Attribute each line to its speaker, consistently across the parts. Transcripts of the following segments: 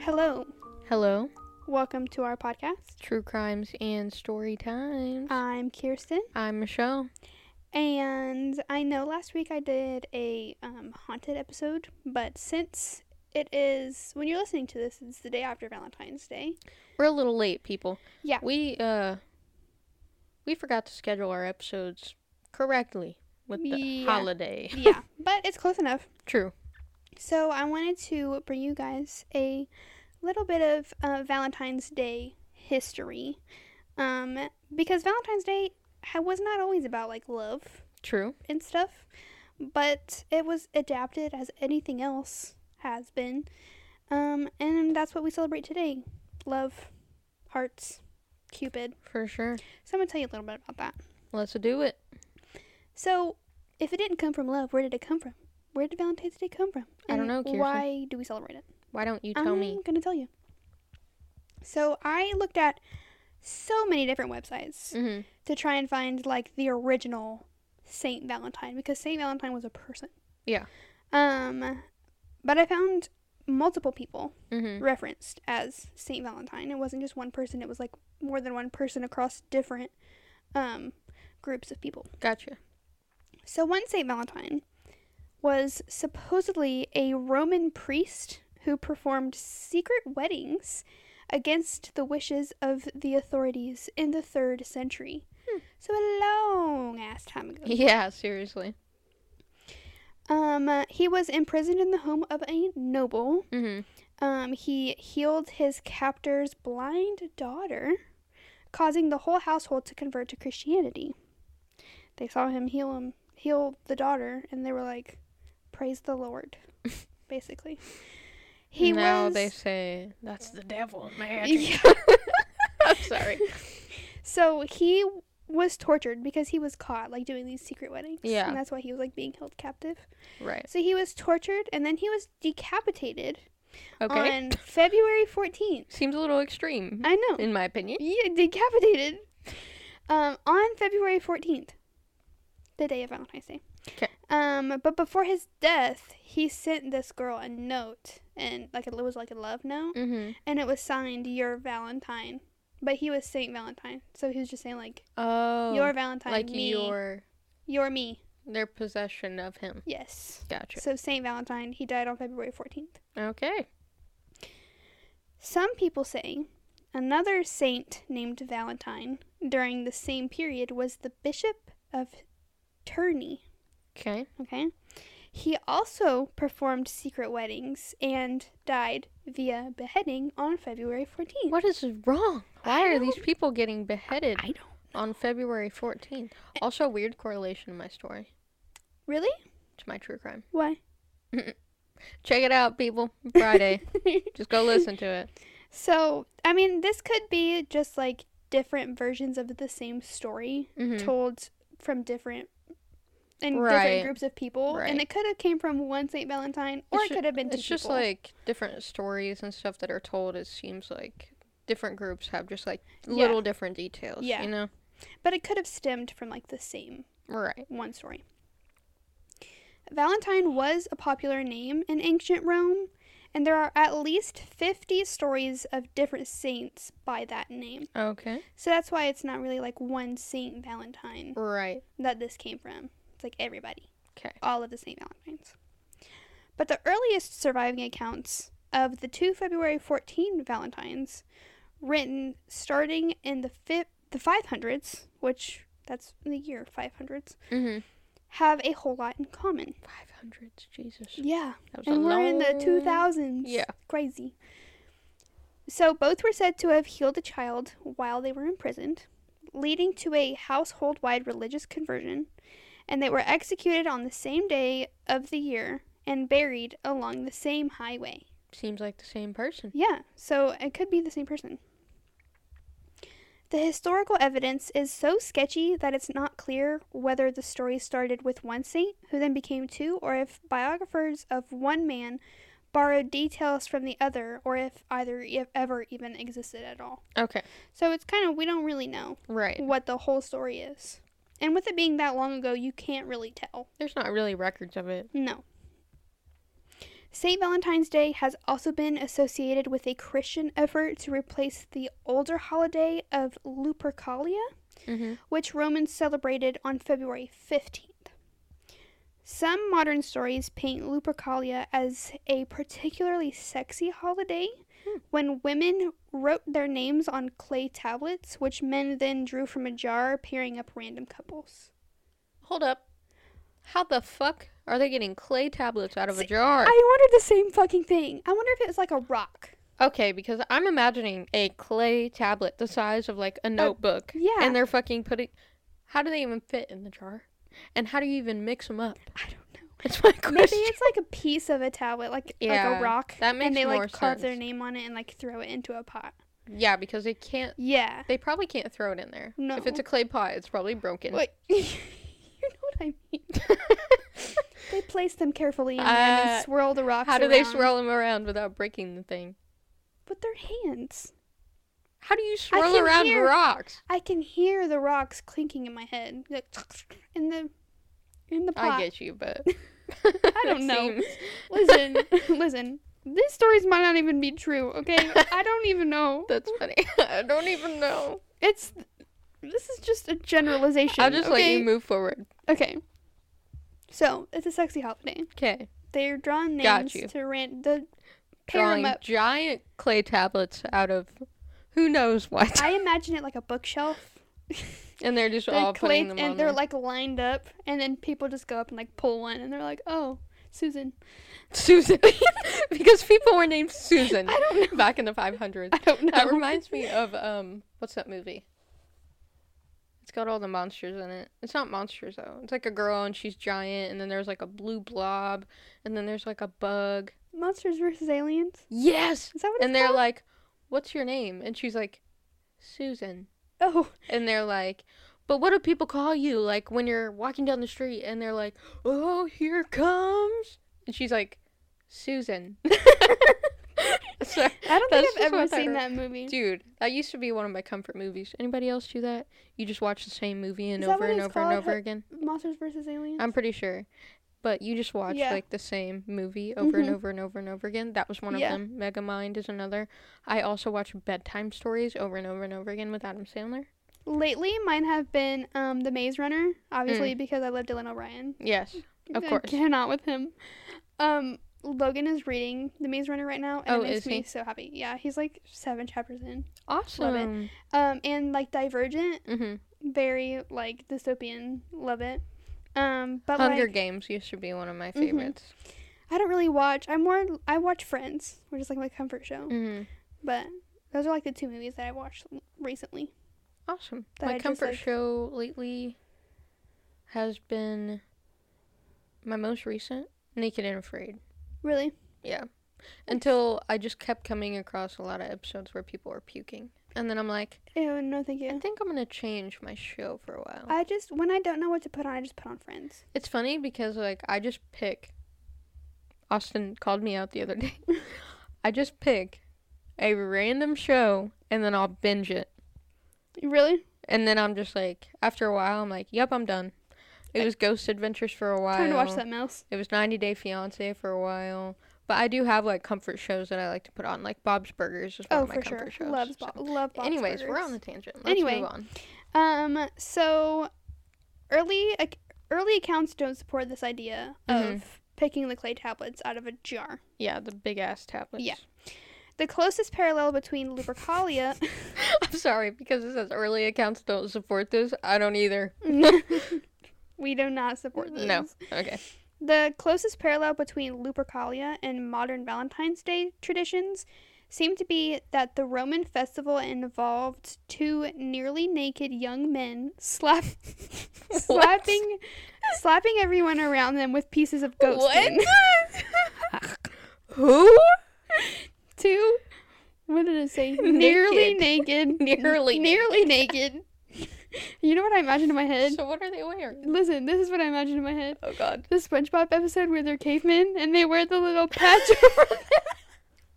Speaker 1: Hello.
Speaker 2: Hello,
Speaker 1: Welcome to our podcast.
Speaker 2: True Crimes and Story Times.
Speaker 1: I'm Kirsten,
Speaker 2: I'm Michelle.
Speaker 1: and I know last week I did a um, haunted episode, but since it is when you're listening to this, it's the day after Valentine's Day.
Speaker 2: We're a little late, people.
Speaker 1: Yeah.
Speaker 2: We uh we forgot to schedule our episodes correctly with the
Speaker 1: Yeah.
Speaker 2: holiday.
Speaker 1: yeah, but it's close enough.
Speaker 2: True.
Speaker 1: So I wanted to bring you guys a little bit of uh, Valentine's Day history, um, because Valentine's Day ha- was not always about like love.
Speaker 2: True.
Speaker 1: and stuff, but it was adapted as anything else has been. Um, and that's what we celebrate today love, hearts, Cupid.
Speaker 2: For sure.
Speaker 1: So I'm going to tell you a little bit about that.
Speaker 2: Let's do it.
Speaker 1: So, if it didn't come from love, where did it come from? Where did Valentine's Day come from?
Speaker 2: I don't
Speaker 1: And
Speaker 2: know, Kirsten.
Speaker 1: Why do we celebrate it?
Speaker 2: Why don't you tell
Speaker 1: I'm
Speaker 2: me?
Speaker 1: going to tell you. So, I looked at so many different websites
Speaker 2: Mhm.
Speaker 1: to try and find like the original Saint Valentine because Saint Valentine was a person.
Speaker 2: Yeah.
Speaker 1: Um, but I found multiple people
Speaker 2: Mhm.
Speaker 1: referenced as Saint Valentine. It wasn't just one person. It was like more than one person across different um groups of people.
Speaker 2: Gotcha.
Speaker 1: So one Saint Valentine was supposedly a Roman priest who performed secret weddings against the wishes of the authorities in the third century. So a long ass time ago.
Speaker 2: Yeah, seriously.
Speaker 1: Um, uh, he was imprisoned in the home of a noble.
Speaker 2: Mhm.
Speaker 1: Um, he healed his captor's blind daughter, causing the whole household to convert to Christianity. They saw him heal him, heal the daughter, and they were like, "Praise the Lord," basically. He
Speaker 2: now
Speaker 1: was
Speaker 2: they say that's the devil, man.
Speaker 1: Yeah.
Speaker 2: I'm sorry.
Speaker 1: so he was tortured because he was caught like doing these secret weddings.
Speaker 2: Yeah.
Speaker 1: and that's why he was like being held captive.
Speaker 2: Right.
Speaker 1: So he was tortured, and then he was decapitated
Speaker 2: Okay.
Speaker 1: on February fourteenth.
Speaker 2: Seems a little extreme
Speaker 1: I know.
Speaker 2: in my opinion.
Speaker 1: Yeah, decapitated. Um, on February 14th, the day of Valentine's Day.
Speaker 2: 'Kay.
Speaker 1: Um, but before his death, he sent this girl a note, and like it was like a love note,
Speaker 2: Mhm.
Speaker 1: and it was signed "Your Valentine," but he was Saint Valentine, so he was just saying like
Speaker 2: Oh.
Speaker 1: "Your Valentine,"
Speaker 2: like
Speaker 1: me,
Speaker 2: your
Speaker 1: "Your me."
Speaker 2: their possession of him.
Speaker 1: Yes.
Speaker 2: Gotcha.
Speaker 1: So Saint Valentine, he died on February 14th.
Speaker 2: Okay.
Speaker 1: Some people say another saint named Valentine during the same period was the Bishop of Tournai.
Speaker 2: Okay.
Speaker 1: Okay. He also performed secret weddings and died via beheading on February 14th.
Speaker 2: What is wrong? Why
Speaker 1: I
Speaker 2: are
Speaker 1: don't-
Speaker 2: these people getting beheaded
Speaker 1: I don't.
Speaker 2: on February 14th? Also, weird correlation to my story,
Speaker 1: Really?
Speaker 2: to my true crime.
Speaker 1: Why?
Speaker 2: Check it out, people. Friday. Just go listen to it.
Speaker 1: So, I mean, this could be just like different versions of the same story
Speaker 2: Mhm.
Speaker 1: told from different and
Speaker 2: Right.
Speaker 1: different groups of people, and
Speaker 2: Right.
Speaker 1: it could have came from one Saint Valentine, or
Speaker 2: It's
Speaker 1: it
Speaker 2: ju-
Speaker 1: could have been two
Speaker 2: It's just
Speaker 1: people.
Speaker 2: like different stories and stuff that are told. It seems like different groups have just like little different details.
Speaker 1: Yeah.
Speaker 2: You know?
Speaker 1: but it could have stemmed from like the same
Speaker 2: Right.
Speaker 1: one story. Valentine was a popular name in ancient Rome, and there are at least 50 stories of different saints by that name.
Speaker 2: Okay.
Speaker 1: So that's why it's not really like one Saint Valentine
Speaker 2: Right.
Speaker 1: that this came from. It's like everybody.
Speaker 2: 'Kay.
Speaker 1: All of the Saint Valentines. But the earliest surviving accounts of the two February 14 Valentines, written starting in the fi- the 500s, which that's the year 500s,
Speaker 2: Mhm.
Speaker 1: have a whole lot in common.
Speaker 2: 500s. Jesus.
Speaker 1: Yeah,
Speaker 2: That was a
Speaker 1: and we're in the
Speaker 2: long-
Speaker 1: 2000s.
Speaker 2: Yeah.
Speaker 1: crazy. So both were said to have healed a child while they were imprisoned, leading to a household-wide religious conversion, and they were executed on the same day of the year and buried along the same highway.
Speaker 2: Seems like the same person.
Speaker 1: Yeah, so it could be the same person. The historical evidence is so sketchy that it's not clear whether the story started with one saint, who then became two, or if biographers of one man borrowed details from the other, or if either if ever even existed at all.
Speaker 2: Okay.
Speaker 1: So it's kind of, we don't really know
Speaker 2: Right.
Speaker 1: what the whole story is. And with it being that long ago, you can't really tell.
Speaker 2: There's not really records of it.
Speaker 1: No. St. Valentine's Day has also been associated with a Christian effort to replace the older holiday of Lupercalia,
Speaker 2: Mm-hmm.
Speaker 1: which Romans celebrated on February 15th. Some modern stories paint Lupercalia as a particularly sexy holiday when women wrote their names on clay tablets, which men then drew from a jar, pairing up random couples.
Speaker 2: Hold up. How the fuck are they getting clay tablets out of a
Speaker 1: See,
Speaker 2: jar?
Speaker 1: I wondered the same fucking thing. I wonder if it was like a rock.
Speaker 2: Okay, because I'm imagining a clay tablet the size of like a notebook.
Speaker 1: Oh, yeah.
Speaker 2: And they're fucking putting. How do they even fit in the jar? And how do you even mix them up?
Speaker 1: I don't know.
Speaker 2: It's my
Speaker 1: Maybe
Speaker 2: question.
Speaker 1: it's like a piece of a tablet, like like
Speaker 2: Yeah,
Speaker 1: a rock,
Speaker 2: that
Speaker 1: and
Speaker 2: makes
Speaker 1: they
Speaker 2: more
Speaker 1: like carve their
Speaker 2: sense.
Speaker 1: name on it and like throw it into a pot.
Speaker 2: Yeah, because they can't.
Speaker 1: Yeah.
Speaker 2: They probably can't throw it in there. If it's
Speaker 1: No.
Speaker 2: a clay pot, it's probably broken.
Speaker 1: Like, you know what I mean. They place them carefully in there and
Speaker 2: Uh,
Speaker 1: then swirl the rocks.
Speaker 2: how do they
Speaker 1: around
Speaker 2: swirl them around without breaking the thing?
Speaker 1: With their hands.
Speaker 2: How do you swirl
Speaker 1: can
Speaker 2: around
Speaker 1: hear-
Speaker 2: rocks?
Speaker 1: I can hear the rocks clinking in my head, like, in the in the
Speaker 2: I
Speaker 1: pot.
Speaker 2: get you, but
Speaker 1: I don't
Speaker 2: it
Speaker 1: know.
Speaker 2: seems-
Speaker 1: Listen, listen. These stories might not even be true. Okay, I don't even know.
Speaker 2: That's funny. I don't even know.
Speaker 1: It's this is just a generalization.
Speaker 2: I'll just
Speaker 1: okay?
Speaker 2: let you move forward.
Speaker 1: Okay. So it's a sexy holiday.
Speaker 2: Okay.
Speaker 1: They're drawing names
Speaker 2: Got you.
Speaker 1: to ran the pair 'em
Speaker 2: Drawing
Speaker 1: up.
Speaker 2: giant clay tablets out of who knows what,
Speaker 1: I imagine it like a bookshelf.
Speaker 2: and they're just
Speaker 1: They're
Speaker 2: all
Speaker 1: clay-
Speaker 2: putting them on
Speaker 1: and they're
Speaker 2: there.
Speaker 1: like lined up, and then people just go up and like pull one, and they're like, "Oh, Susan."
Speaker 2: Susan, because people were named Susan
Speaker 1: I don't know.
Speaker 2: back in the 500s.
Speaker 1: I don't know.
Speaker 2: That reminds me of um, what's that movie? It's got all the monsters in it. It's not monsters though. It's like a girl and she's giant, and then there's like a blue blob, and then there's like a bug.
Speaker 1: Monsters versus aliens.
Speaker 2: Yes.
Speaker 1: Is that what?
Speaker 2: And
Speaker 1: it's
Speaker 2: they're
Speaker 1: called?
Speaker 2: like, "What's your name?" And she's like, "Susan."
Speaker 1: "Oh,
Speaker 2: And they're like, "But what do people call you? Like when you're walking down the street?" And they're like, "Oh, here comes." And she's like, "Susan." so,
Speaker 1: I don't
Speaker 2: That's
Speaker 1: think
Speaker 2: just
Speaker 1: I've ever
Speaker 2: what I
Speaker 1: seen
Speaker 2: re-
Speaker 1: that movie."
Speaker 2: Dude, that used to be one of my comfort movies. Anybody else do that? You just watch the same movie and
Speaker 1: Is that
Speaker 2: over
Speaker 1: what
Speaker 2: and
Speaker 1: it's
Speaker 2: over and
Speaker 1: called?
Speaker 2: over
Speaker 1: Her-
Speaker 2: again?
Speaker 1: Monsters versus aliens.
Speaker 2: I'm pretty sure. But you just watch
Speaker 1: Yeah.
Speaker 2: like the same movie over and
Speaker 1: Mhm.
Speaker 2: over and over and over again. That was one of
Speaker 1: Yeah.
Speaker 2: them. Megamind is another. I also watch bedtime stories over and over and over again with Adam Sandler.
Speaker 1: Lately, mine have been um, The Maze Runner,
Speaker 2: Mm.
Speaker 1: obviously because I love Dylan O'Brien.
Speaker 2: Yes. Of course.
Speaker 1: I cannot with him. Um, Logan is reading The Maze Runner right now, and
Speaker 2: Oh,
Speaker 1: it makes
Speaker 2: is
Speaker 1: me
Speaker 2: he?
Speaker 1: so happy. Yeah, he's like seven chapters in.
Speaker 2: Awesome.
Speaker 1: Um, and like Divergent,
Speaker 2: Mm-hmm.
Speaker 1: very like dystopian, love it. Um, but
Speaker 2: Hunger
Speaker 1: like
Speaker 2: Games used to be one of my
Speaker 1: Mhm.
Speaker 2: favorites.
Speaker 1: I don't really watch. I'm more I watch Friends, which is like my comfort show.
Speaker 2: Mm-hmm.
Speaker 1: But those are like the two movies that I watched l- recently.
Speaker 2: Awesome.
Speaker 1: That
Speaker 2: my
Speaker 1: I just,
Speaker 2: comfort
Speaker 1: like-
Speaker 2: show lately has been my most recent, Naked and Afraid.
Speaker 1: Really,
Speaker 2: Yeah. Until I just kept coming across a lot of episodes where people were puking. And then I'm like,
Speaker 1: ew, no, thank
Speaker 2: I
Speaker 1: you.
Speaker 2: think I'm going to change my show for a while.
Speaker 1: I just when I don't know what to put on, I just put on Friends.
Speaker 2: It's funny because like I just pick. Austin called me out the other day. I just pick a random show and then I'll binge it,
Speaker 1: Really,
Speaker 2: and then I'm just like, after a while, I'm like, yep, I'm done. It was Ghost Adventures for a while.
Speaker 1: time to watch something else.
Speaker 2: It was 90 Day Fiance for a while. But I do have like comfort shows that I like to put on, like Bob's Burgers is one
Speaker 1: Oh,
Speaker 2: of my
Speaker 1: for sure,
Speaker 2: comfort shows.
Speaker 1: loves
Speaker 2: so-
Speaker 1: Bo- love. Bob's
Speaker 2: Anyways, we're
Speaker 1: Burgers.
Speaker 2: on the tangent. Let's
Speaker 1: Anyway.
Speaker 2: move on.
Speaker 1: Um, so early ac- early accounts don't support this idea
Speaker 2: Mhm.
Speaker 1: of picking the clay tablets out of a jar.
Speaker 2: Yeah, the big ass tablets.
Speaker 1: Yeah. The closest parallel between Lupercalia
Speaker 2: I'm sorry because it says early accounts don't support this. I don't either.
Speaker 1: we do not support this.
Speaker 2: No. Okay.
Speaker 1: The closest parallel between Lupercalia and modern Valentine's Day traditions seem to be that the Roman festival involved two nearly naked young men slap
Speaker 2: What?
Speaker 1: slapping slapping everyone around them with pieces of goat skin.
Speaker 2: Who?
Speaker 1: Two, what did it say? Nearly naked.
Speaker 2: Nearly
Speaker 1: Nearly naked. you know what I imagine in my head?
Speaker 2: So what are they wearing?
Speaker 1: Listen, this is what I imagine in my head.
Speaker 2: Oh God.
Speaker 1: The SpongeBob episode where they're cavemen and they wear the little patch over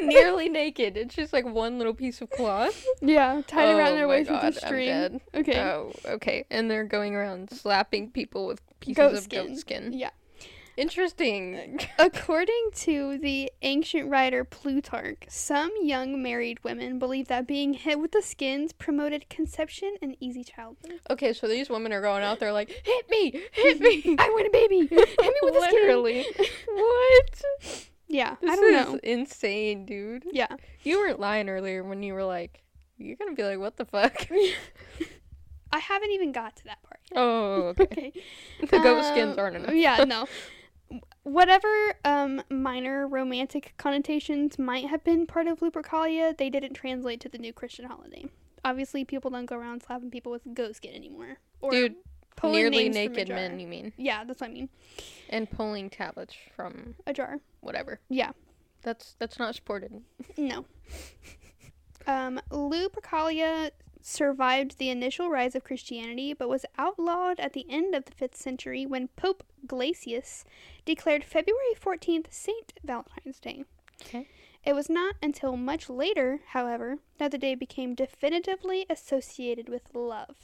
Speaker 2: Nearly naked. It's just like one little piece of cloth.
Speaker 1: Yeah, tied
Speaker 2: Oh
Speaker 1: around their
Speaker 2: my
Speaker 1: waist with
Speaker 2: God,
Speaker 1: a
Speaker 2: I'm
Speaker 1: string.
Speaker 2: dead.
Speaker 1: Okay.
Speaker 2: Oh, okay. And they're going around slapping people with pieces
Speaker 1: Goat
Speaker 2: of
Speaker 1: skin.
Speaker 2: goat skin.
Speaker 1: Yeah.
Speaker 2: Interesting.
Speaker 1: According to the ancient writer Plutarch, some young married women believed that being hit with the skins promoted conception and easy childbirth.
Speaker 2: Okay, so these women are going out there like, hit me, hit me.
Speaker 1: I want a baby. Hit me with the skin.
Speaker 2: Literally. what?
Speaker 1: Yeah,
Speaker 2: This
Speaker 1: I don't
Speaker 2: is
Speaker 1: know.
Speaker 2: insane, dude.
Speaker 1: Yeah.
Speaker 2: You weren't lying earlier when you were like, you're gonna be like, what the fuck?
Speaker 1: I haven't even got to that part. yet.
Speaker 2: oh, okay.
Speaker 1: Okay.
Speaker 2: The goat
Speaker 1: Um,
Speaker 2: skins aren't enough.
Speaker 1: yeah, no. Whatever um, minor romantic connotations might have been part of Lupercalia, they didn't translate to the new Christian holiday. Obviously, people don't go around slapping people with goat skin anymore. Or
Speaker 2: Dude,
Speaker 1: pulling
Speaker 2: nearly
Speaker 1: names from a
Speaker 2: naked
Speaker 1: jar.
Speaker 2: men, you mean?
Speaker 1: Yeah, that's what I mean.
Speaker 2: And pulling tablets from
Speaker 1: A jar.
Speaker 2: whatever.
Speaker 1: Yeah.
Speaker 2: That's that's not supported.
Speaker 1: No. um, Lupercalia survived the initial rise of Christianity, but was outlawed at the end of the 5th century when Pope Glacius declared February 14th Saint Valentine's Day.
Speaker 2: Okay.
Speaker 1: It was not until much later, however, that the day became definitively associated with love.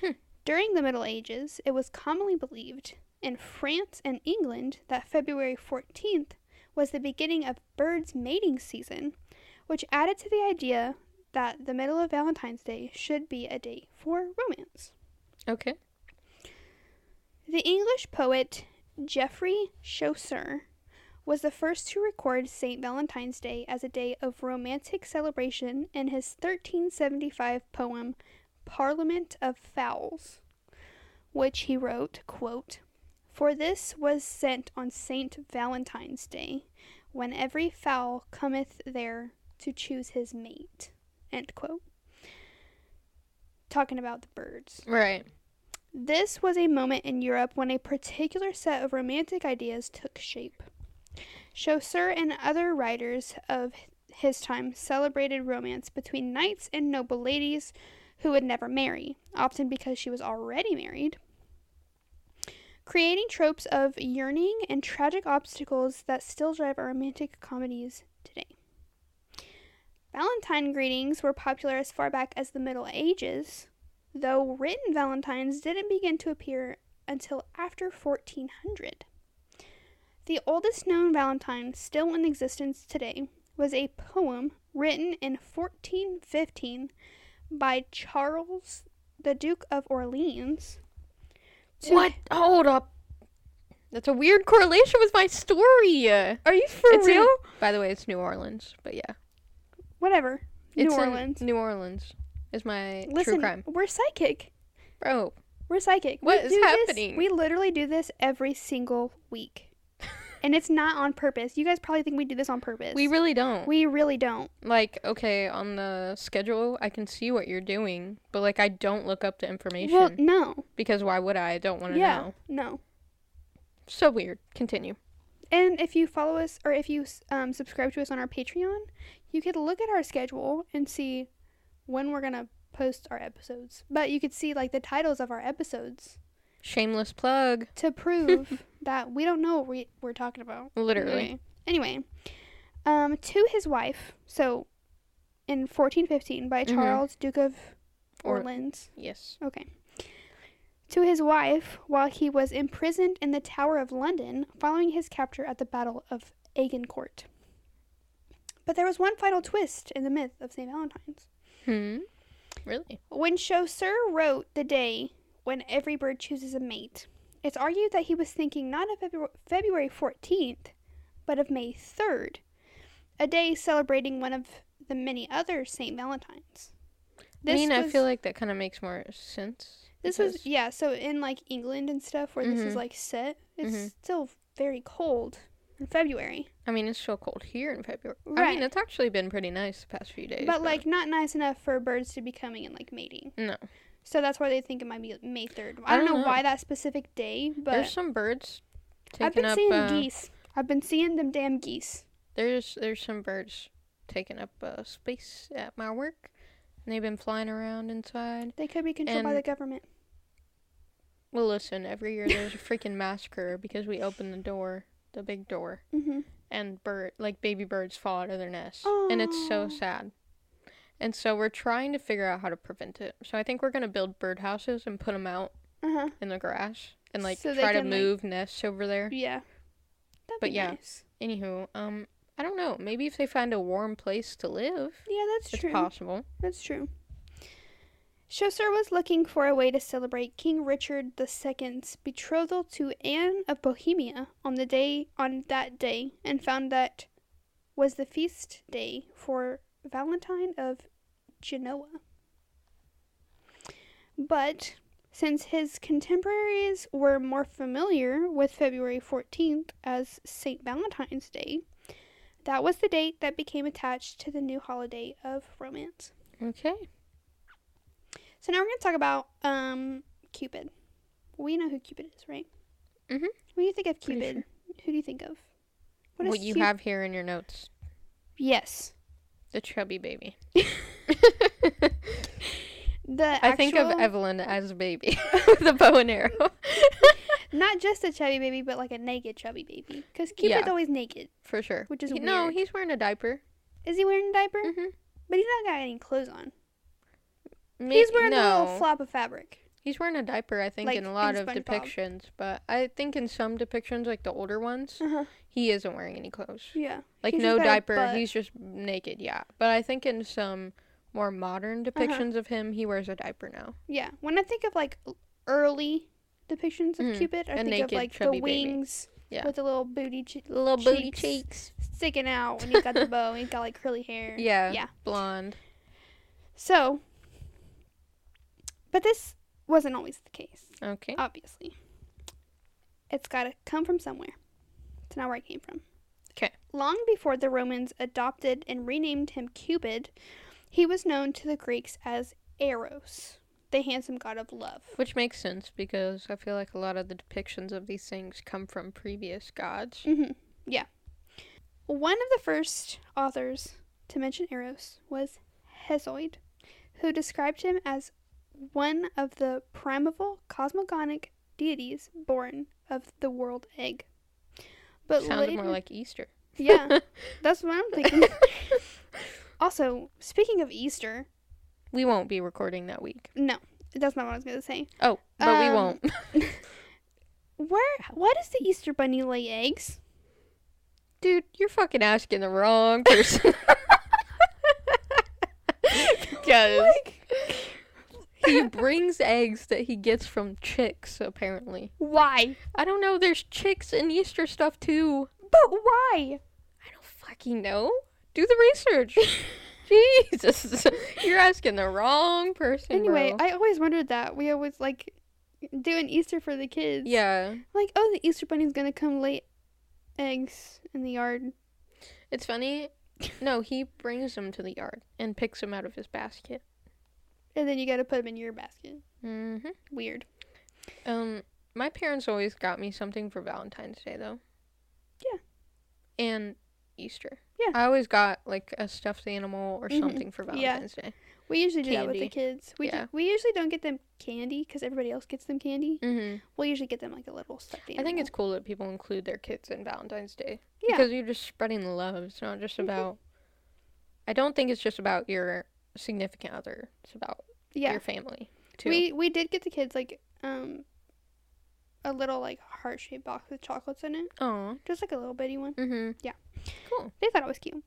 Speaker 2: Hmm.
Speaker 1: During the Middle Ages, it was commonly believed in France and England that February 14th was the beginning of birds' mating season, which added to the idea that the middle of Valentine's Day should be a day for romance.
Speaker 2: Okay.
Speaker 1: The English poet Geoffrey Chaucer was the first to record St. Valentine's Day as a day of romantic celebration in his 1375 poem Parliament of Fowls, which he wrote, quote, For this was sent on St. Valentine's Day, when every fowl cometh there to choose his mate, end quote. Talking about the birds.
Speaker 2: Right.
Speaker 1: This was a moment in Europe when a particular set of romantic ideas took shape. Chaucer and other writers of his time celebrated romance between knights and noble ladies who would never marry, often because she was already married. Creating tropes of yearning and tragic obstacles that still drive our romantic comedies today. Valentine greetings were popular as far back as the Middle Ages, though written valentines didn't begin to appear until after 1400. The oldest known valentine still in existence today was a poem written in 1415 by Charles, the Duke of Orleans. to-
Speaker 2: what? Hold up. That's a weird correlation with my story. Uh,
Speaker 1: Are you for
Speaker 2: It's in-
Speaker 1: real?
Speaker 2: by the way, it's New Orleans, but yeah.
Speaker 1: Whatever.
Speaker 2: It's
Speaker 1: New
Speaker 2: in
Speaker 1: Orleans.
Speaker 2: New Orleans is my true
Speaker 1: Listen,
Speaker 2: crime.
Speaker 1: we're psychic.
Speaker 2: Bro,
Speaker 1: We're psychic.
Speaker 2: What
Speaker 1: we
Speaker 2: is
Speaker 1: do this-
Speaker 2: happening?
Speaker 1: we literally do this every single week. and it's not on purpose. You guys probably think we do this on purpose.
Speaker 2: we really don't.
Speaker 1: we really don't.
Speaker 2: like, okay, on the schedule, I can see what you're doing, but like, I don't look up the information
Speaker 1: Well, no.
Speaker 2: because why would I? I don't want to
Speaker 1: Yeah.
Speaker 2: know.
Speaker 1: No.
Speaker 2: So weird. Continue.
Speaker 1: And if you follow us or if you um, subscribe to us on our Patreon, you could look at our schedule and see when we're going to post our episodes. But you could see like the titles of our episodes
Speaker 2: Shameless plug.
Speaker 1: to prove that we don't know what we, we're talking about.
Speaker 2: Literally.
Speaker 1: Anyway, anyway um, to his wife, so in 1415 by
Speaker 2: Mhm.
Speaker 1: Charles, Duke of
Speaker 2: Or-
Speaker 1: Orleans.
Speaker 2: Yes.
Speaker 1: Okay. To his wife, while he was imprisoned in the Tower of London following his capture at the Battle of Agincourt. But there was one final twist in the myth of St. Valentine's.
Speaker 2: Hmm. Really?
Speaker 1: When Chaucer wrote the day when every bird chooses a mate, it's argued that he was thinking not of Febru- February 14th, but of May 3rd, a day celebrating one of the many other St. Valentines.
Speaker 2: I mean, I
Speaker 1: was-
Speaker 2: feel like that kind of makes more sense.
Speaker 1: This was
Speaker 2: because-
Speaker 1: yeah, so in like England and stuff where this is
Speaker 2: Mhm.
Speaker 1: like set, it's
Speaker 2: Mhm.
Speaker 1: still very cold in February.
Speaker 2: I mean, it's still cold here in February. I
Speaker 1: Right.
Speaker 2: mean, it's actually been pretty nice the past few days.
Speaker 1: but like not nice enough for birds to be coming and like mating.
Speaker 2: No.
Speaker 1: So that's why they think it might be May 3rd. I,
Speaker 2: I
Speaker 1: don't know,
Speaker 2: don't know.
Speaker 1: why that specific day,
Speaker 2: There's
Speaker 1: but
Speaker 2: some birds
Speaker 1: I've
Speaker 2: taking
Speaker 1: been
Speaker 2: up.
Speaker 1: seeing
Speaker 2: uh,
Speaker 1: geese. I've been seeing them damn geese.
Speaker 2: There's there's some birds taking up uh, space at my work, and they've been flying around inside.
Speaker 1: They could be controlled by
Speaker 2: And-
Speaker 1: the government.
Speaker 2: Well, listen, every year there's a freaking massacre because we open the door, the big door,
Speaker 1: Mm-hmm.
Speaker 2: and bird like baby birds fall out of their nests, and it's
Speaker 1: Aw.
Speaker 2: so sad. And so we're trying to figure out how to prevent it. So I think we're gonna build birdhouses and put them out
Speaker 1: Uh-huh.
Speaker 2: in the grass and like
Speaker 1: So they
Speaker 2: try to
Speaker 1: can, like-
Speaker 2: move nests over there.
Speaker 1: Yeah. That'd
Speaker 2: But
Speaker 1: be
Speaker 2: yeah.
Speaker 1: nice.
Speaker 2: Anywho, um, I don't know. Maybe if they find a warm place to live,
Speaker 1: Yeah, that's
Speaker 2: it's
Speaker 1: true.
Speaker 2: possible.
Speaker 1: That's true. Chaucer was looking for a way to celebrate King Richard II's betrothal to Anne of Bohemia on the day on that day and found that was the feast day for Valentine of Genoa. But since his contemporaries were more familiar with February 14th as St. Valentine's Day, that was the date that became attached to the new holiday of romance.
Speaker 2: Okay.
Speaker 1: So now we're going to talk about um Cupid. We know who Cupid is, right?
Speaker 2: Mhm.
Speaker 1: When you think of
Speaker 2: Pretty
Speaker 1: Cupid, who do you think of?
Speaker 2: What,
Speaker 1: is
Speaker 2: you
Speaker 1: Cu-
Speaker 2: have here in your notes.
Speaker 1: Yes.
Speaker 2: The chubby baby.
Speaker 1: The
Speaker 2: I think of
Speaker 1: actual- Oh.
Speaker 2: Evelyn as a baby. the bow and arrow.
Speaker 1: not just a chubby baby, but like a naked chubby baby. Because Cupid's
Speaker 2: Yeah.
Speaker 1: always naked.
Speaker 2: For sure.
Speaker 1: Which is
Speaker 2: He- No,
Speaker 1: weird.
Speaker 2: he's wearing a diaper.
Speaker 1: Is he wearing a diaper?
Speaker 2: Mm-hmm.
Speaker 1: But he's not got any clothes on. he's wearing a little flop of fabric.
Speaker 2: He's wearing a diaper, I think,
Speaker 1: Like
Speaker 2: in a lot
Speaker 1: in
Speaker 2: of
Speaker 1: SpongeBob.
Speaker 2: depictions. But I think in some depictions, like the older ones,
Speaker 1: Uh-huh.
Speaker 2: he isn't wearing any clothes.
Speaker 1: Yeah.
Speaker 2: Like
Speaker 1: He's just
Speaker 2: no
Speaker 1: got a
Speaker 2: diaper.
Speaker 1: butt.
Speaker 2: He's just naked, yeah. But I think in some more modern
Speaker 1: Uh-huh.
Speaker 2: depictions of him, he wears a diaper now.
Speaker 1: Yeah, when I think of like l- early depictions of
Speaker 2: Mhm.
Speaker 1: Cupid, I
Speaker 2: A
Speaker 1: think
Speaker 2: naked,
Speaker 1: of like the
Speaker 2: chubby baby.
Speaker 1: wings
Speaker 2: Yeah.
Speaker 1: with the little booty ch-
Speaker 2: Little
Speaker 1: booty cheeks. sticking out when he's got the bow and he's got like curly hair.
Speaker 2: Yeah.
Speaker 1: Yeah.
Speaker 2: Blonde.
Speaker 1: So, but this wasn't always the case,
Speaker 2: Okay.
Speaker 1: obviously. It's got to come from somewhere. It's not where it came from.
Speaker 2: 'Kay.
Speaker 1: Long before the Romans adopted and renamed him Cupid, he was known to the Greeks as Eros, the handsome god of love.
Speaker 2: Which makes sense because I feel like a lot of the depictions of these things come from previous gods.
Speaker 1: hmm Yeah. One of the first authors to mention Eros was Hesiod, who described him as one of the primeval cosmogonic deities born of the world egg. But
Speaker 2: Sounded
Speaker 1: later,
Speaker 2: more like Easter.
Speaker 1: yeah, that's what I'm thinking. also, speaking of Easter,
Speaker 2: We won't be recording that week.
Speaker 1: no, that's not what I was gonna say.
Speaker 2: Oh, but we
Speaker 1: Um,
Speaker 2: won't.
Speaker 1: Where? Why does the Easter bunny lay eggs?
Speaker 2: Dude, you're fucking asking the wrong person. because he brings eggs that he gets from chicks, apparently.
Speaker 1: Why?
Speaker 2: I don't know, there's chicks in Easter stuff too.
Speaker 1: But why?
Speaker 2: I don't fucking know. Do the research. Jesus. You're asking the wrong person.
Speaker 1: Anyway,
Speaker 2: bro.
Speaker 1: I always wondered that. We always like do an Easter for the kids.
Speaker 2: yeah.
Speaker 1: Like, oh, the Easter bunny's gonna come lay eggs in the yard.
Speaker 2: It's funny. No, he brings them to the yard and picks them out of his basket.
Speaker 1: And then you gotta put them in your basket.
Speaker 2: hmm
Speaker 1: Mm-hmm. Weird.
Speaker 2: Um, my parents always got me something for Valentine's Day though.
Speaker 1: Yeah.
Speaker 2: And Easter.
Speaker 1: Yeah.
Speaker 2: I always got like a stuffed animal or
Speaker 1: Mhm.
Speaker 2: something for
Speaker 1: Yeah.
Speaker 2: Valentine's Day.
Speaker 1: We usually do that with
Speaker 2: Candy.
Speaker 1: the kids. We do,
Speaker 2: Yeah.
Speaker 1: we usually don't get them candy because everybody else gets them candy.
Speaker 2: hmm
Speaker 1: We'll usually get them like a little stuffed
Speaker 2: I
Speaker 1: animal.
Speaker 2: think it's cool that people include their kids in Valentine's Day.
Speaker 1: Yeah.
Speaker 2: Because you're just spreading love. It's not just
Speaker 1: Mhm.
Speaker 2: about. I don't think it's just about your significant other. It's about
Speaker 1: yeah.
Speaker 2: your family too.
Speaker 1: We we did get the kids like um a little like heart shaped box with chocolates in it,
Speaker 2: Aw.
Speaker 1: just like a little bitty one.
Speaker 2: Mm-hmm.
Speaker 1: Yeah.
Speaker 2: Cool.
Speaker 1: They thought it was cute.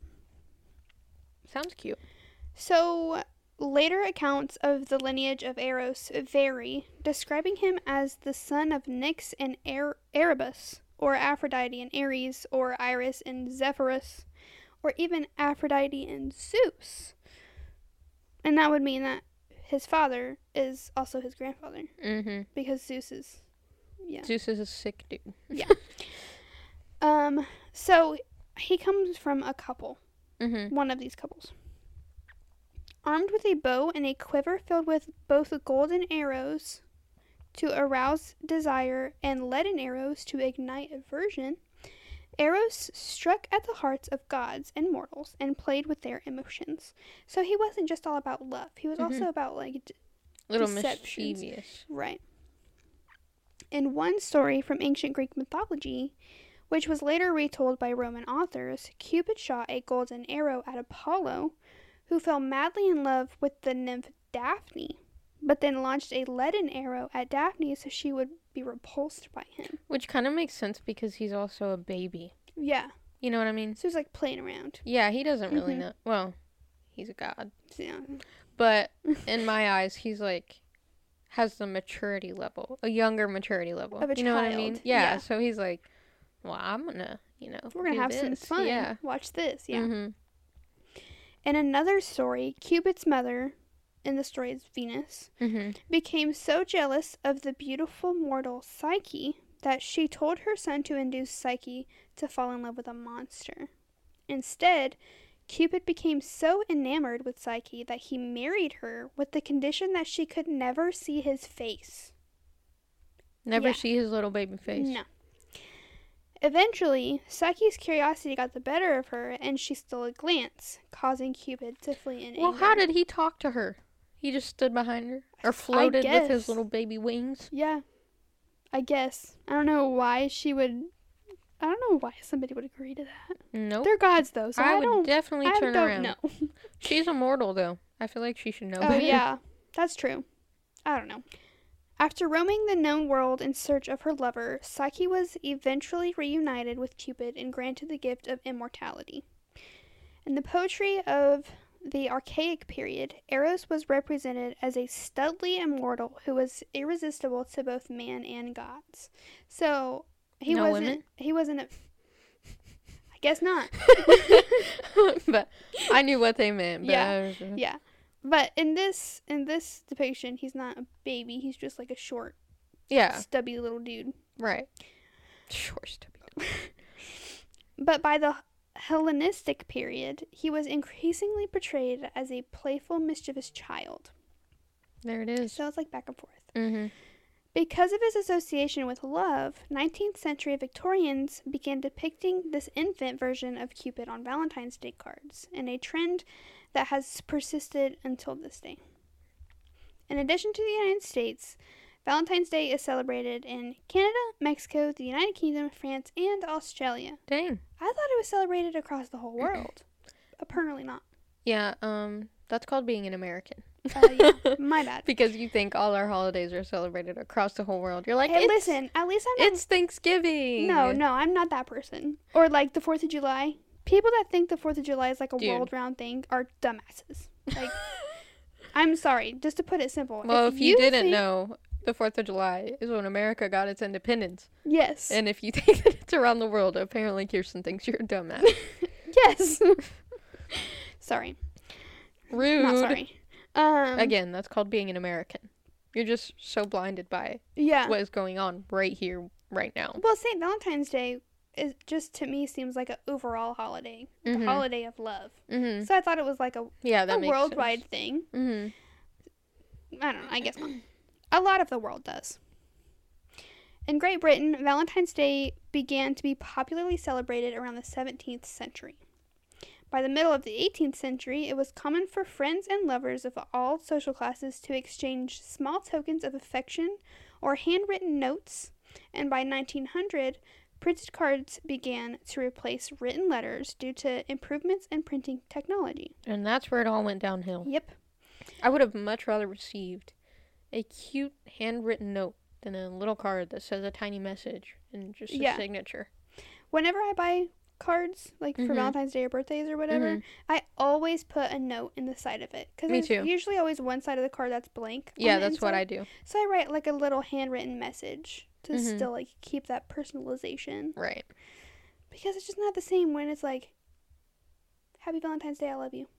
Speaker 2: Sounds cute.
Speaker 1: So, later accounts of the lineage of Eros vary, describing him as the son of Nyx and Ar- Erebus, or Aphrodite and Ares, or Iris and Zephyrus, or even Aphrodite and Zeus. And that would mean that his father is also his grandfather,
Speaker 2: Mm-hmm.
Speaker 1: because Zeus is. Yeah.
Speaker 2: Zeus is a sick dude.
Speaker 1: Um, so, he comes from a couple.
Speaker 2: Mm-hmm.
Speaker 1: one of these couples. armed with a bow and a quiver filled with both golden arrows to arouse desire and leaden arrows to ignite aversion, arrows struck at the hearts of gods and mortals and played with their emotions. So he wasn't just all about love, he was
Speaker 2: Mhm.
Speaker 1: also about like
Speaker 2: Little
Speaker 1: Deceptions.
Speaker 2: mischievous.
Speaker 1: Right. In one story from ancient Greek mythology, which was later retold by Roman authors, Cupid shot a golden arrow at Apollo, who fell madly in love with the nymph Daphne, but then launched a leaden arrow at Daphne so she would be repulsed by him.
Speaker 2: Which kind of makes sense because he's also a baby.
Speaker 1: Yeah.
Speaker 2: You know what I mean?
Speaker 1: So he's like playing around.
Speaker 2: Yeah, he doesn't really
Speaker 1: Mhm.
Speaker 2: know. Well, he's a god.
Speaker 1: Yeah.
Speaker 2: But in my eyes, he's like has the maturity level, a younger maturity level.
Speaker 1: Of a
Speaker 2: you know what I mean?
Speaker 1: child,
Speaker 2: Yeah,
Speaker 1: yeah.
Speaker 2: So he's like, well, I'm gonna, you know,
Speaker 1: We're going
Speaker 2: do
Speaker 1: to have some
Speaker 2: this."
Speaker 1: fun.
Speaker 2: Yeah.
Speaker 1: Watch this. Yeah.
Speaker 2: Mhm.
Speaker 1: In another story, Cupid's mother, in the story is Venus,
Speaker 2: Mhm.
Speaker 1: became so jealous of the beautiful mortal Psyche that she told her son to induce Psyche to fall in love with a monster. Instead, Cupid became so enamored with Psyche that he married her with the condition that she could never see his face.
Speaker 2: Never
Speaker 1: Yeah.
Speaker 2: see his little baby face.
Speaker 1: No. Eventually, Psyche's curiosity got the better of her and she stole a glance, causing Cupid to flee in
Speaker 2: Well,
Speaker 1: anger.
Speaker 2: how did he talk to her? He just stood behind her or floated with
Speaker 1: guess.
Speaker 2: his little baby wings.
Speaker 1: Yeah. I guess. I don't know why she would. I don't know why somebody would agree to that.
Speaker 2: Nope.
Speaker 1: They're gods, though, so I,
Speaker 2: I, would
Speaker 1: don't.
Speaker 2: definitely
Speaker 1: I
Speaker 2: turn
Speaker 1: don't
Speaker 2: around.
Speaker 1: know.
Speaker 2: She's immortal though. I feel like she should know.
Speaker 1: Oh
Speaker 2: better.
Speaker 1: yeah, that's true. I don't know. After roaming the known world in search of her lover, Psyche was eventually reunited with Cupid and granted the gift of immortality. In the poetry of the archaic period, Eros was represented as a studly immortal who was irresistible to both man and gods. So he
Speaker 2: No
Speaker 1: wasn't.
Speaker 2: women?
Speaker 1: He wasn't. A, I guess not.
Speaker 2: but I knew what they meant. But
Speaker 1: Yeah.
Speaker 2: I was, uh,
Speaker 1: yeah but in this in this depiction he's not a baby he's just like a short
Speaker 2: yeah.
Speaker 1: stubby little dude
Speaker 2: Right. Sure, stupid.
Speaker 1: but by the hellenistic period he was increasingly portrayed as a playful mischievous child
Speaker 2: There it is.
Speaker 1: so it's like back and forth
Speaker 2: Mm-hmm.
Speaker 1: because of his association with love 19th century victorians began depicting this infant version of cupid on valentine's day cards and a trend that has persisted until this day in addition to the united states valentine's day is celebrated in canada mexico the united kingdom france and australia
Speaker 2: Dang.
Speaker 1: i thought it was celebrated across the whole world apparently not
Speaker 2: Yeah. Um. That's called being an American.
Speaker 1: uh, yeah, my bad
Speaker 2: Because you think all our holidays are celebrated across the whole world. You're like,
Speaker 1: hey
Speaker 2: it's,
Speaker 1: listen at least i'm not
Speaker 2: it's Thanksgiving.
Speaker 1: No, no, I'm not that person. Or like the Fourth of July. People that think the Fourth of July is like a
Speaker 2: Dude.
Speaker 1: world round thing are dumbasses. Like, I'm sorry, just to put it simple.
Speaker 2: Well, if, you, didn't
Speaker 1: think-
Speaker 2: know, the Fourth of July is when America got its independence.
Speaker 1: yes,
Speaker 2: And if you think that it's around the world, apparently Kirsten thinks you're a dumbass.
Speaker 1: yes. sorry,
Speaker 2: Rude.
Speaker 1: not sorry. Um,
Speaker 2: Again, that's called being an American. You're just so blinded by
Speaker 1: yeah.
Speaker 2: what is going on right here, right now.
Speaker 1: Well, St. Valentine's Day is just to me seems like an overall holiday,
Speaker 2: Mhm.
Speaker 1: a holiday of love.
Speaker 2: Mm-hmm.
Speaker 1: So I thought it was like a,
Speaker 2: Yeah, that
Speaker 1: a
Speaker 2: makes
Speaker 1: worldwide thing.
Speaker 2: Mm-hmm.
Speaker 1: I don't know, I guess not. A lot of the world does. In Great Britain, Valentine's Day began to be popularly celebrated around the 17th century. By the middle of the 18th century, it was common for friends and lovers of all social classes to exchange small tokens of affection or handwritten notes, and by 1900, printed cards began to replace written letters due to improvements in printing technology.
Speaker 2: And that's where it all went downhill.
Speaker 1: Yep.
Speaker 2: I would have much rather received a cute handwritten note than a little card that says a tiny message and just a
Speaker 1: Yeah.
Speaker 2: signature.
Speaker 1: whenever I buy cards, like for
Speaker 2: Mhm.
Speaker 1: Valentine's Day or birthdays or whatever,
Speaker 2: Mhm.
Speaker 1: I always put a note in the side of it because
Speaker 2: Me
Speaker 1: there's
Speaker 2: too.
Speaker 1: usually always one side of the card that's blank. on
Speaker 2: Yeah,
Speaker 1: the
Speaker 2: that's what I
Speaker 1: inside.
Speaker 2: do.
Speaker 1: So I write like a little handwritten message to
Speaker 2: Mhm.
Speaker 1: still like keep that personalization
Speaker 2: Right.
Speaker 1: because it's just not the same when it's like, "Happy Valentine's Day, I love you."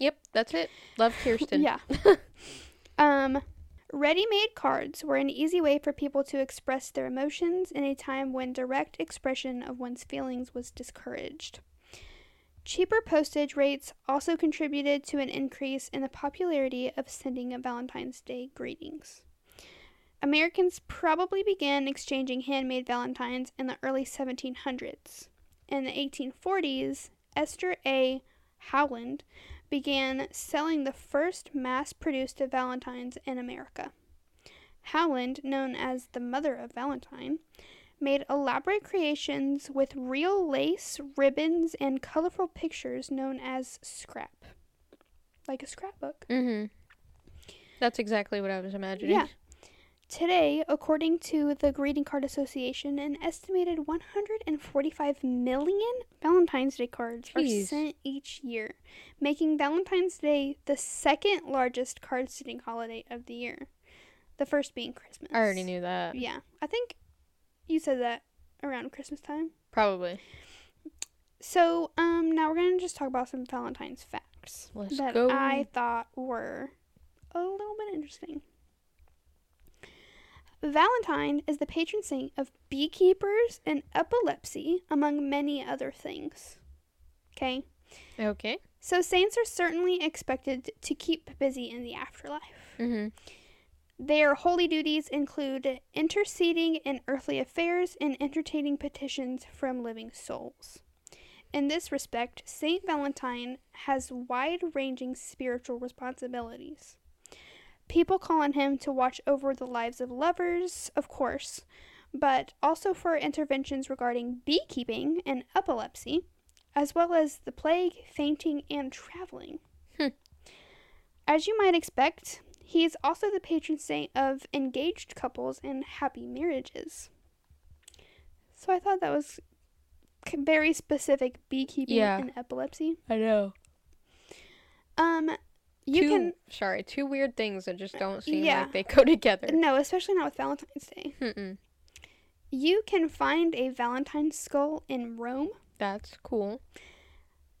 Speaker 2: Yep, that's it. Love Kirsten.
Speaker 1: Yeah. um, ready-made cards were an easy way for people to express their emotions in a time when direct expression of one's feelings was discouraged. Cheaper postage rates also contributed to an increase in the popularity of sending a Valentine's Day greetings. Americans probably began exchanging handmade valentines in the early 1700s. In the 1840s, Esther A. Howland began selling the first mass produced of valentines in America. Howland, known as the mother of Valentine, made elaborate creations with real lace, ribbons, and colorful pictures known as scrap. Like a scrapbook.
Speaker 2: Mm-hmm. That's exactly what I was imagining.
Speaker 1: Yeah. Today, according to the Greeting Card Association, an estimated 145 million Valentine's Day cards are
Speaker 2: Jeez.
Speaker 1: sent each year, making Valentine's Day the second largest card sending holiday of the year. The first being Christmas.
Speaker 2: I already knew that.
Speaker 1: Yeah, I think you said that around Christmas time.
Speaker 2: Probably.
Speaker 1: So, um, now we're gonna just talk about some Valentine's facts
Speaker 2: Let's
Speaker 1: that
Speaker 2: go.
Speaker 1: I thought were a little bit interesting. Valentine is the patron saint of beekeepers and epilepsy, among many other things. Okay,
Speaker 2: Okay.
Speaker 1: so saints are certainly expected to keep busy in the afterlife.
Speaker 2: Mm-hmm.
Speaker 1: Their holy duties include interceding in earthly affairs and entertaining petitions from living souls. In this respect, St. Valentine has wide ranging spiritual responsibilities. People call on him to watch over the lives of lovers, of course, but also for interventions regarding beekeeping and epilepsy, as well as the plague, fainting, and traveling.
Speaker 2: Hmm.
Speaker 1: As you might expect, he is also the patron saint of engaged couples and happy marriages. So I thought that was c- very specific beekeeping
Speaker 2: Yeah.
Speaker 1: and epilepsy.
Speaker 2: I know.
Speaker 1: Um, you
Speaker 2: two,
Speaker 1: can
Speaker 2: Sorry, two weird things that just don't seem
Speaker 1: yeah.
Speaker 2: like they go together.
Speaker 1: no, especially not with Valentine's Day.
Speaker 2: Mm-mm.
Speaker 1: You can find a Valentine skull in Rome.
Speaker 2: That's cool.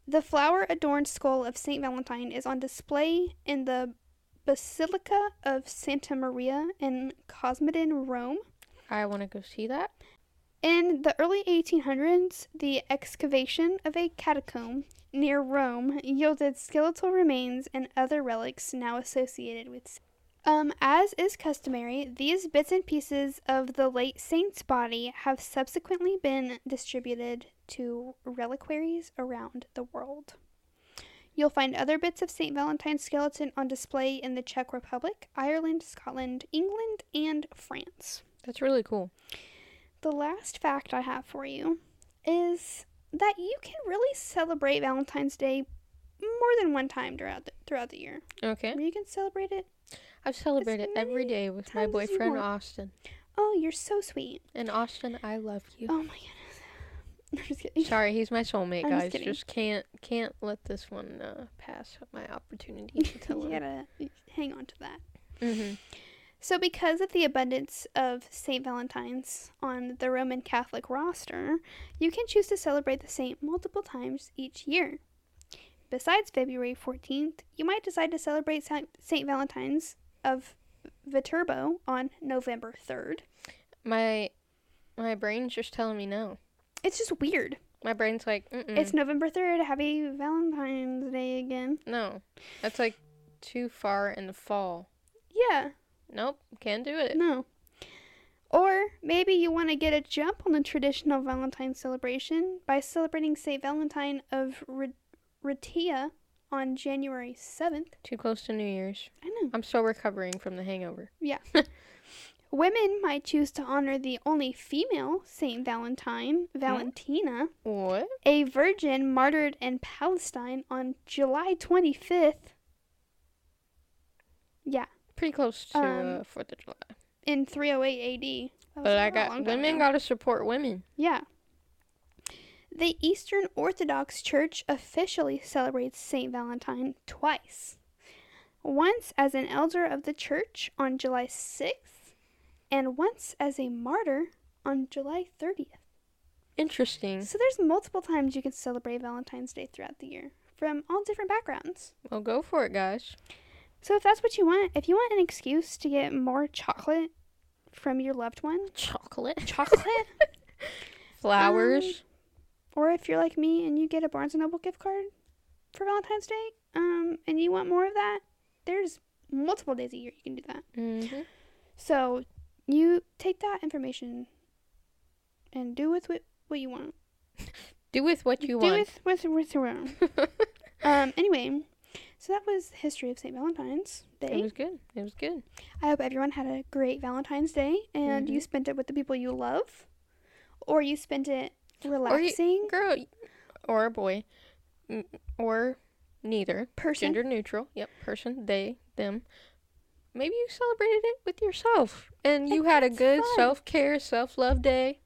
Speaker 1: The flower adorned skull of St. Valentine is on display in the Basilica of Santa Maria in Cosmedin, Rome.
Speaker 2: I want to go see that.
Speaker 1: In the early 1800s, the excavation of a catacomb near Rome yielded skeletal remains and other relics now associated with. Um, as is customary, these bits and pieces of the late saint's body have subsequently been distributed to reliquaries around the world. You'll find other bits of St. Valentine's skeleton on display in the Czech Republic, Ireland, Scotland, England, and France.
Speaker 2: That's really cool.
Speaker 1: The last fact I have for you is that you can really celebrate Valentine's Day more than one time throughout the, throughout the year.
Speaker 2: Okay.
Speaker 1: You can celebrate it.
Speaker 2: I've celebrated every
Speaker 1: many
Speaker 2: day with my
Speaker 1: times as you
Speaker 2: boyfriend
Speaker 1: want.
Speaker 2: Austin.
Speaker 1: Oh, you're so sweet.
Speaker 2: And Austin, I love you.
Speaker 1: Oh my goodness. I'm just kidding.
Speaker 2: Sorry, he's my soulmate,
Speaker 1: I'm just
Speaker 2: guys. Just,
Speaker 1: kidding.
Speaker 2: can't can't let this one uh, pass up my opportunity to tell him.
Speaker 1: you gotta hang on to that.
Speaker 2: Mm-hmm.
Speaker 1: So, because of the abundance of St. Valentine's on the Roman Catholic roster, you can choose to celebrate the saint multiple times each year. Besides February 14th, you might decide to celebrate Sa- St. Valentine's of Viterbo on November 3rd.
Speaker 2: My my brain's just telling me no.
Speaker 1: It's just weird.
Speaker 2: My brain's like, Mm-mm,
Speaker 1: It's November 3rd. Happy Valentine's Day again.
Speaker 2: no. That's like too far in the fall.
Speaker 1: Yeah,
Speaker 2: Nope, can't do it.
Speaker 1: no. Or maybe you want to get a jump on the traditional Valentine celebration by celebrating St. Valentine of Ri- Rhaetia on January 7th.
Speaker 2: Too close to New Year's.
Speaker 1: I know.
Speaker 2: I'm still recovering from the hangover.
Speaker 1: Women might choose to honor the only female St. Valentine,
Speaker 2: Mm-hmm.
Speaker 1: Valentina,
Speaker 2: What?
Speaker 1: a virgin martyred in Palestine on July 25th
Speaker 2: Pretty close to
Speaker 1: Um,
Speaker 2: uh, Fourth of July.
Speaker 1: in 308 AD. That was
Speaker 2: But I
Speaker 1: not a long
Speaker 2: got
Speaker 1: time
Speaker 2: women
Speaker 1: ago.
Speaker 2: gotta support women.
Speaker 1: Yeah. The Eastern Orthodox Church officially celebrates St. Valentine twice. Once as an elder of the church on July 6th, and once as a martyr on July 30th.
Speaker 2: Interesting.
Speaker 1: So there's multiple times you can celebrate Valentine's Day throughout the year from all different backgrounds.
Speaker 2: Well, go for it, guys.
Speaker 1: So if that's what you want, if you want an excuse to get more chocolate from your loved one,
Speaker 2: Chocolate.
Speaker 1: chocolate
Speaker 2: Flowers.
Speaker 1: Or if you're like me and you get a Barnes and Noble gift card for Valentine's Day, um, and you want more of that, there's multiple days a year you can do that.
Speaker 2: Mm-hmm.
Speaker 1: So you take that information and do with it what you want.
Speaker 2: Do with what you
Speaker 1: do
Speaker 2: want.
Speaker 1: with with with your own. um. Anyway, so that was history of Saint Valentine's
Speaker 2: it
Speaker 1: Day.
Speaker 2: was good. It was good.
Speaker 1: I hope everyone had a great Valentine's Day and
Speaker 2: Mm-hmm.
Speaker 1: you spent it with the people you love, or you spent it relaxing.
Speaker 2: Girl y- or a boy, N- or neither.
Speaker 1: person.
Speaker 2: Gender neutral. Yep. Person. They. Them. Maybe you celebrated it with yourself, and you had a
Speaker 1: that's
Speaker 2: good
Speaker 1: fun.
Speaker 2: self care, self love day,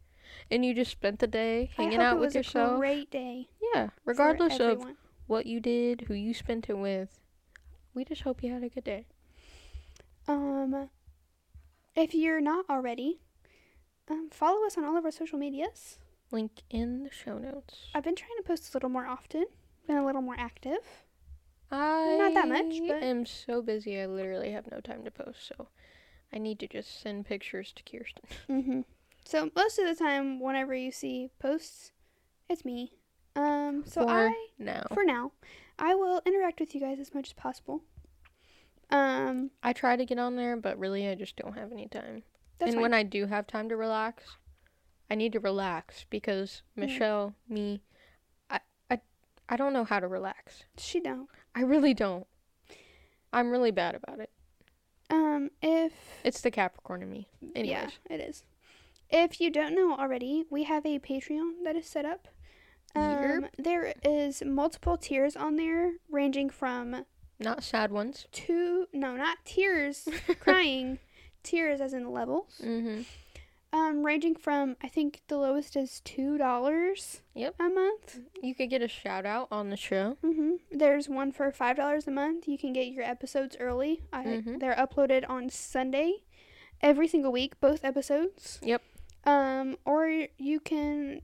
Speaker 2: and you just spent the day
Speaker 1: I
Speaker 2: hanging
Speaker 1: hope
Speaker 2: out
Speaker 1: it
Speaker 2: with
Speaker 1: was
Speaker 2: yourself.
Speaker 1: a great day.
Speaker 2: yeah.
Speaker 1: for
Speaker 2: Regardless of
Speaker 1: everyone.
Speaker 2: what you did, who you spent it with, we just hope you had a good day.
Speaker 1: Um, if you're not already, um, follow us on all of our social medias.
Speaker 2: Link in the show notes.
Speaker 1: I've been trying to post a little more often, been a little more active.
Speaker 2: I
Speaker 1: Not that much, but-
Speaker 2: am so busy. I literally have no time to post, so I need to just send pictures to Kirsten.
Speaker 1: Mm-hmm. So most of the time, whenever you see posts, it's me. Um, so
Speaker 2: For
Speaker 1: I,
Speaker 2: now,
Speaker 1: for now, I will interact with you guys as much as possible. Um,
Speaker 2: I try to get on there, but really, I just don't have any time.
Speaker 1: that's
Speaker 2: and
Speaker 1: fine.
Speaker 2: when I do have time to relax, I need to relax because
Speaker 1: Hmm.
Speaker 2: Michelle, me, I, I, I don't know how to relax.
Speaker 1: she don't.
Speaker 2: I really don't. I'm really bad about it.
Speaker 1: Um, if
Speaker 2: It's the Capricorn in me. Anyways,
Speaker 1: yeah, it is. If you don't know already, we have a Patreon that is set up. Um, there is multiple tiers on there, ranging from
Speaker 2: not sad ones.
Speaker 1: two, no, not tears, crying, tears as in levels.
Speaker 2: Mm-hmm.
Speaker 1: um, ranging from I think the lowest is two dollars.
Speaker 2: Yep.
Speaker 1: A month.
Speaker 2: You could get a shout out on the show.
Speaker 1: hmm There's one for five dollars a month. You can get your episodes early. I,
Speaker 2: Mhm.
Speaker 1: They're uploaded on Sunday, every single week, both episodes.
Speaker 2: Yep.
Speaker 1: Um, or you can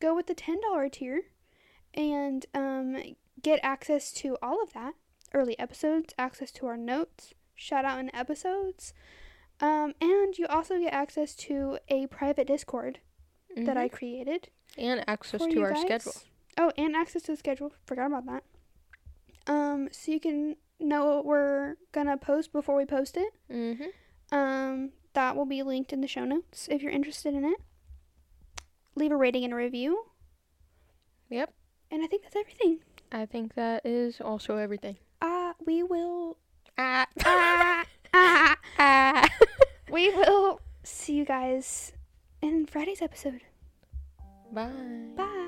Speaker 1: go with the ten dollar tier, and um, get access to all of that early episodes, access to our notes, shout out in episodes. Um, and you also get access to a private Discord that I created
Speaker 2: Mm-hmm. and access
Speaker 1: for
Speaker 2: to
Speaker 1: you
Speaker 2: our
Speaker 1: guys.
Speaker 2: schedule.
Speaker 1: Oh, and access to the schedule. Forgot about that. Um, so you can know what we're gonna post before we post it.
Speaker 2: Mm-hmm.
Speaker 1: Um, that will be linked in the show notes if you're interested in it. Leave a rating and a review.
Speaker 2: Yep.
Speaker 1: And I think that's everything.
Speaker 2: I think that is also everything.
Speaker 1: Uh, we will.
Speaker 2: Ah.
Speaker 1: Ah, ah,
Speaker 2: ah.
Speaker 1: we will see you guys in Friday's episode.
Speaker 2: Bye.
Speaker 1: Bye.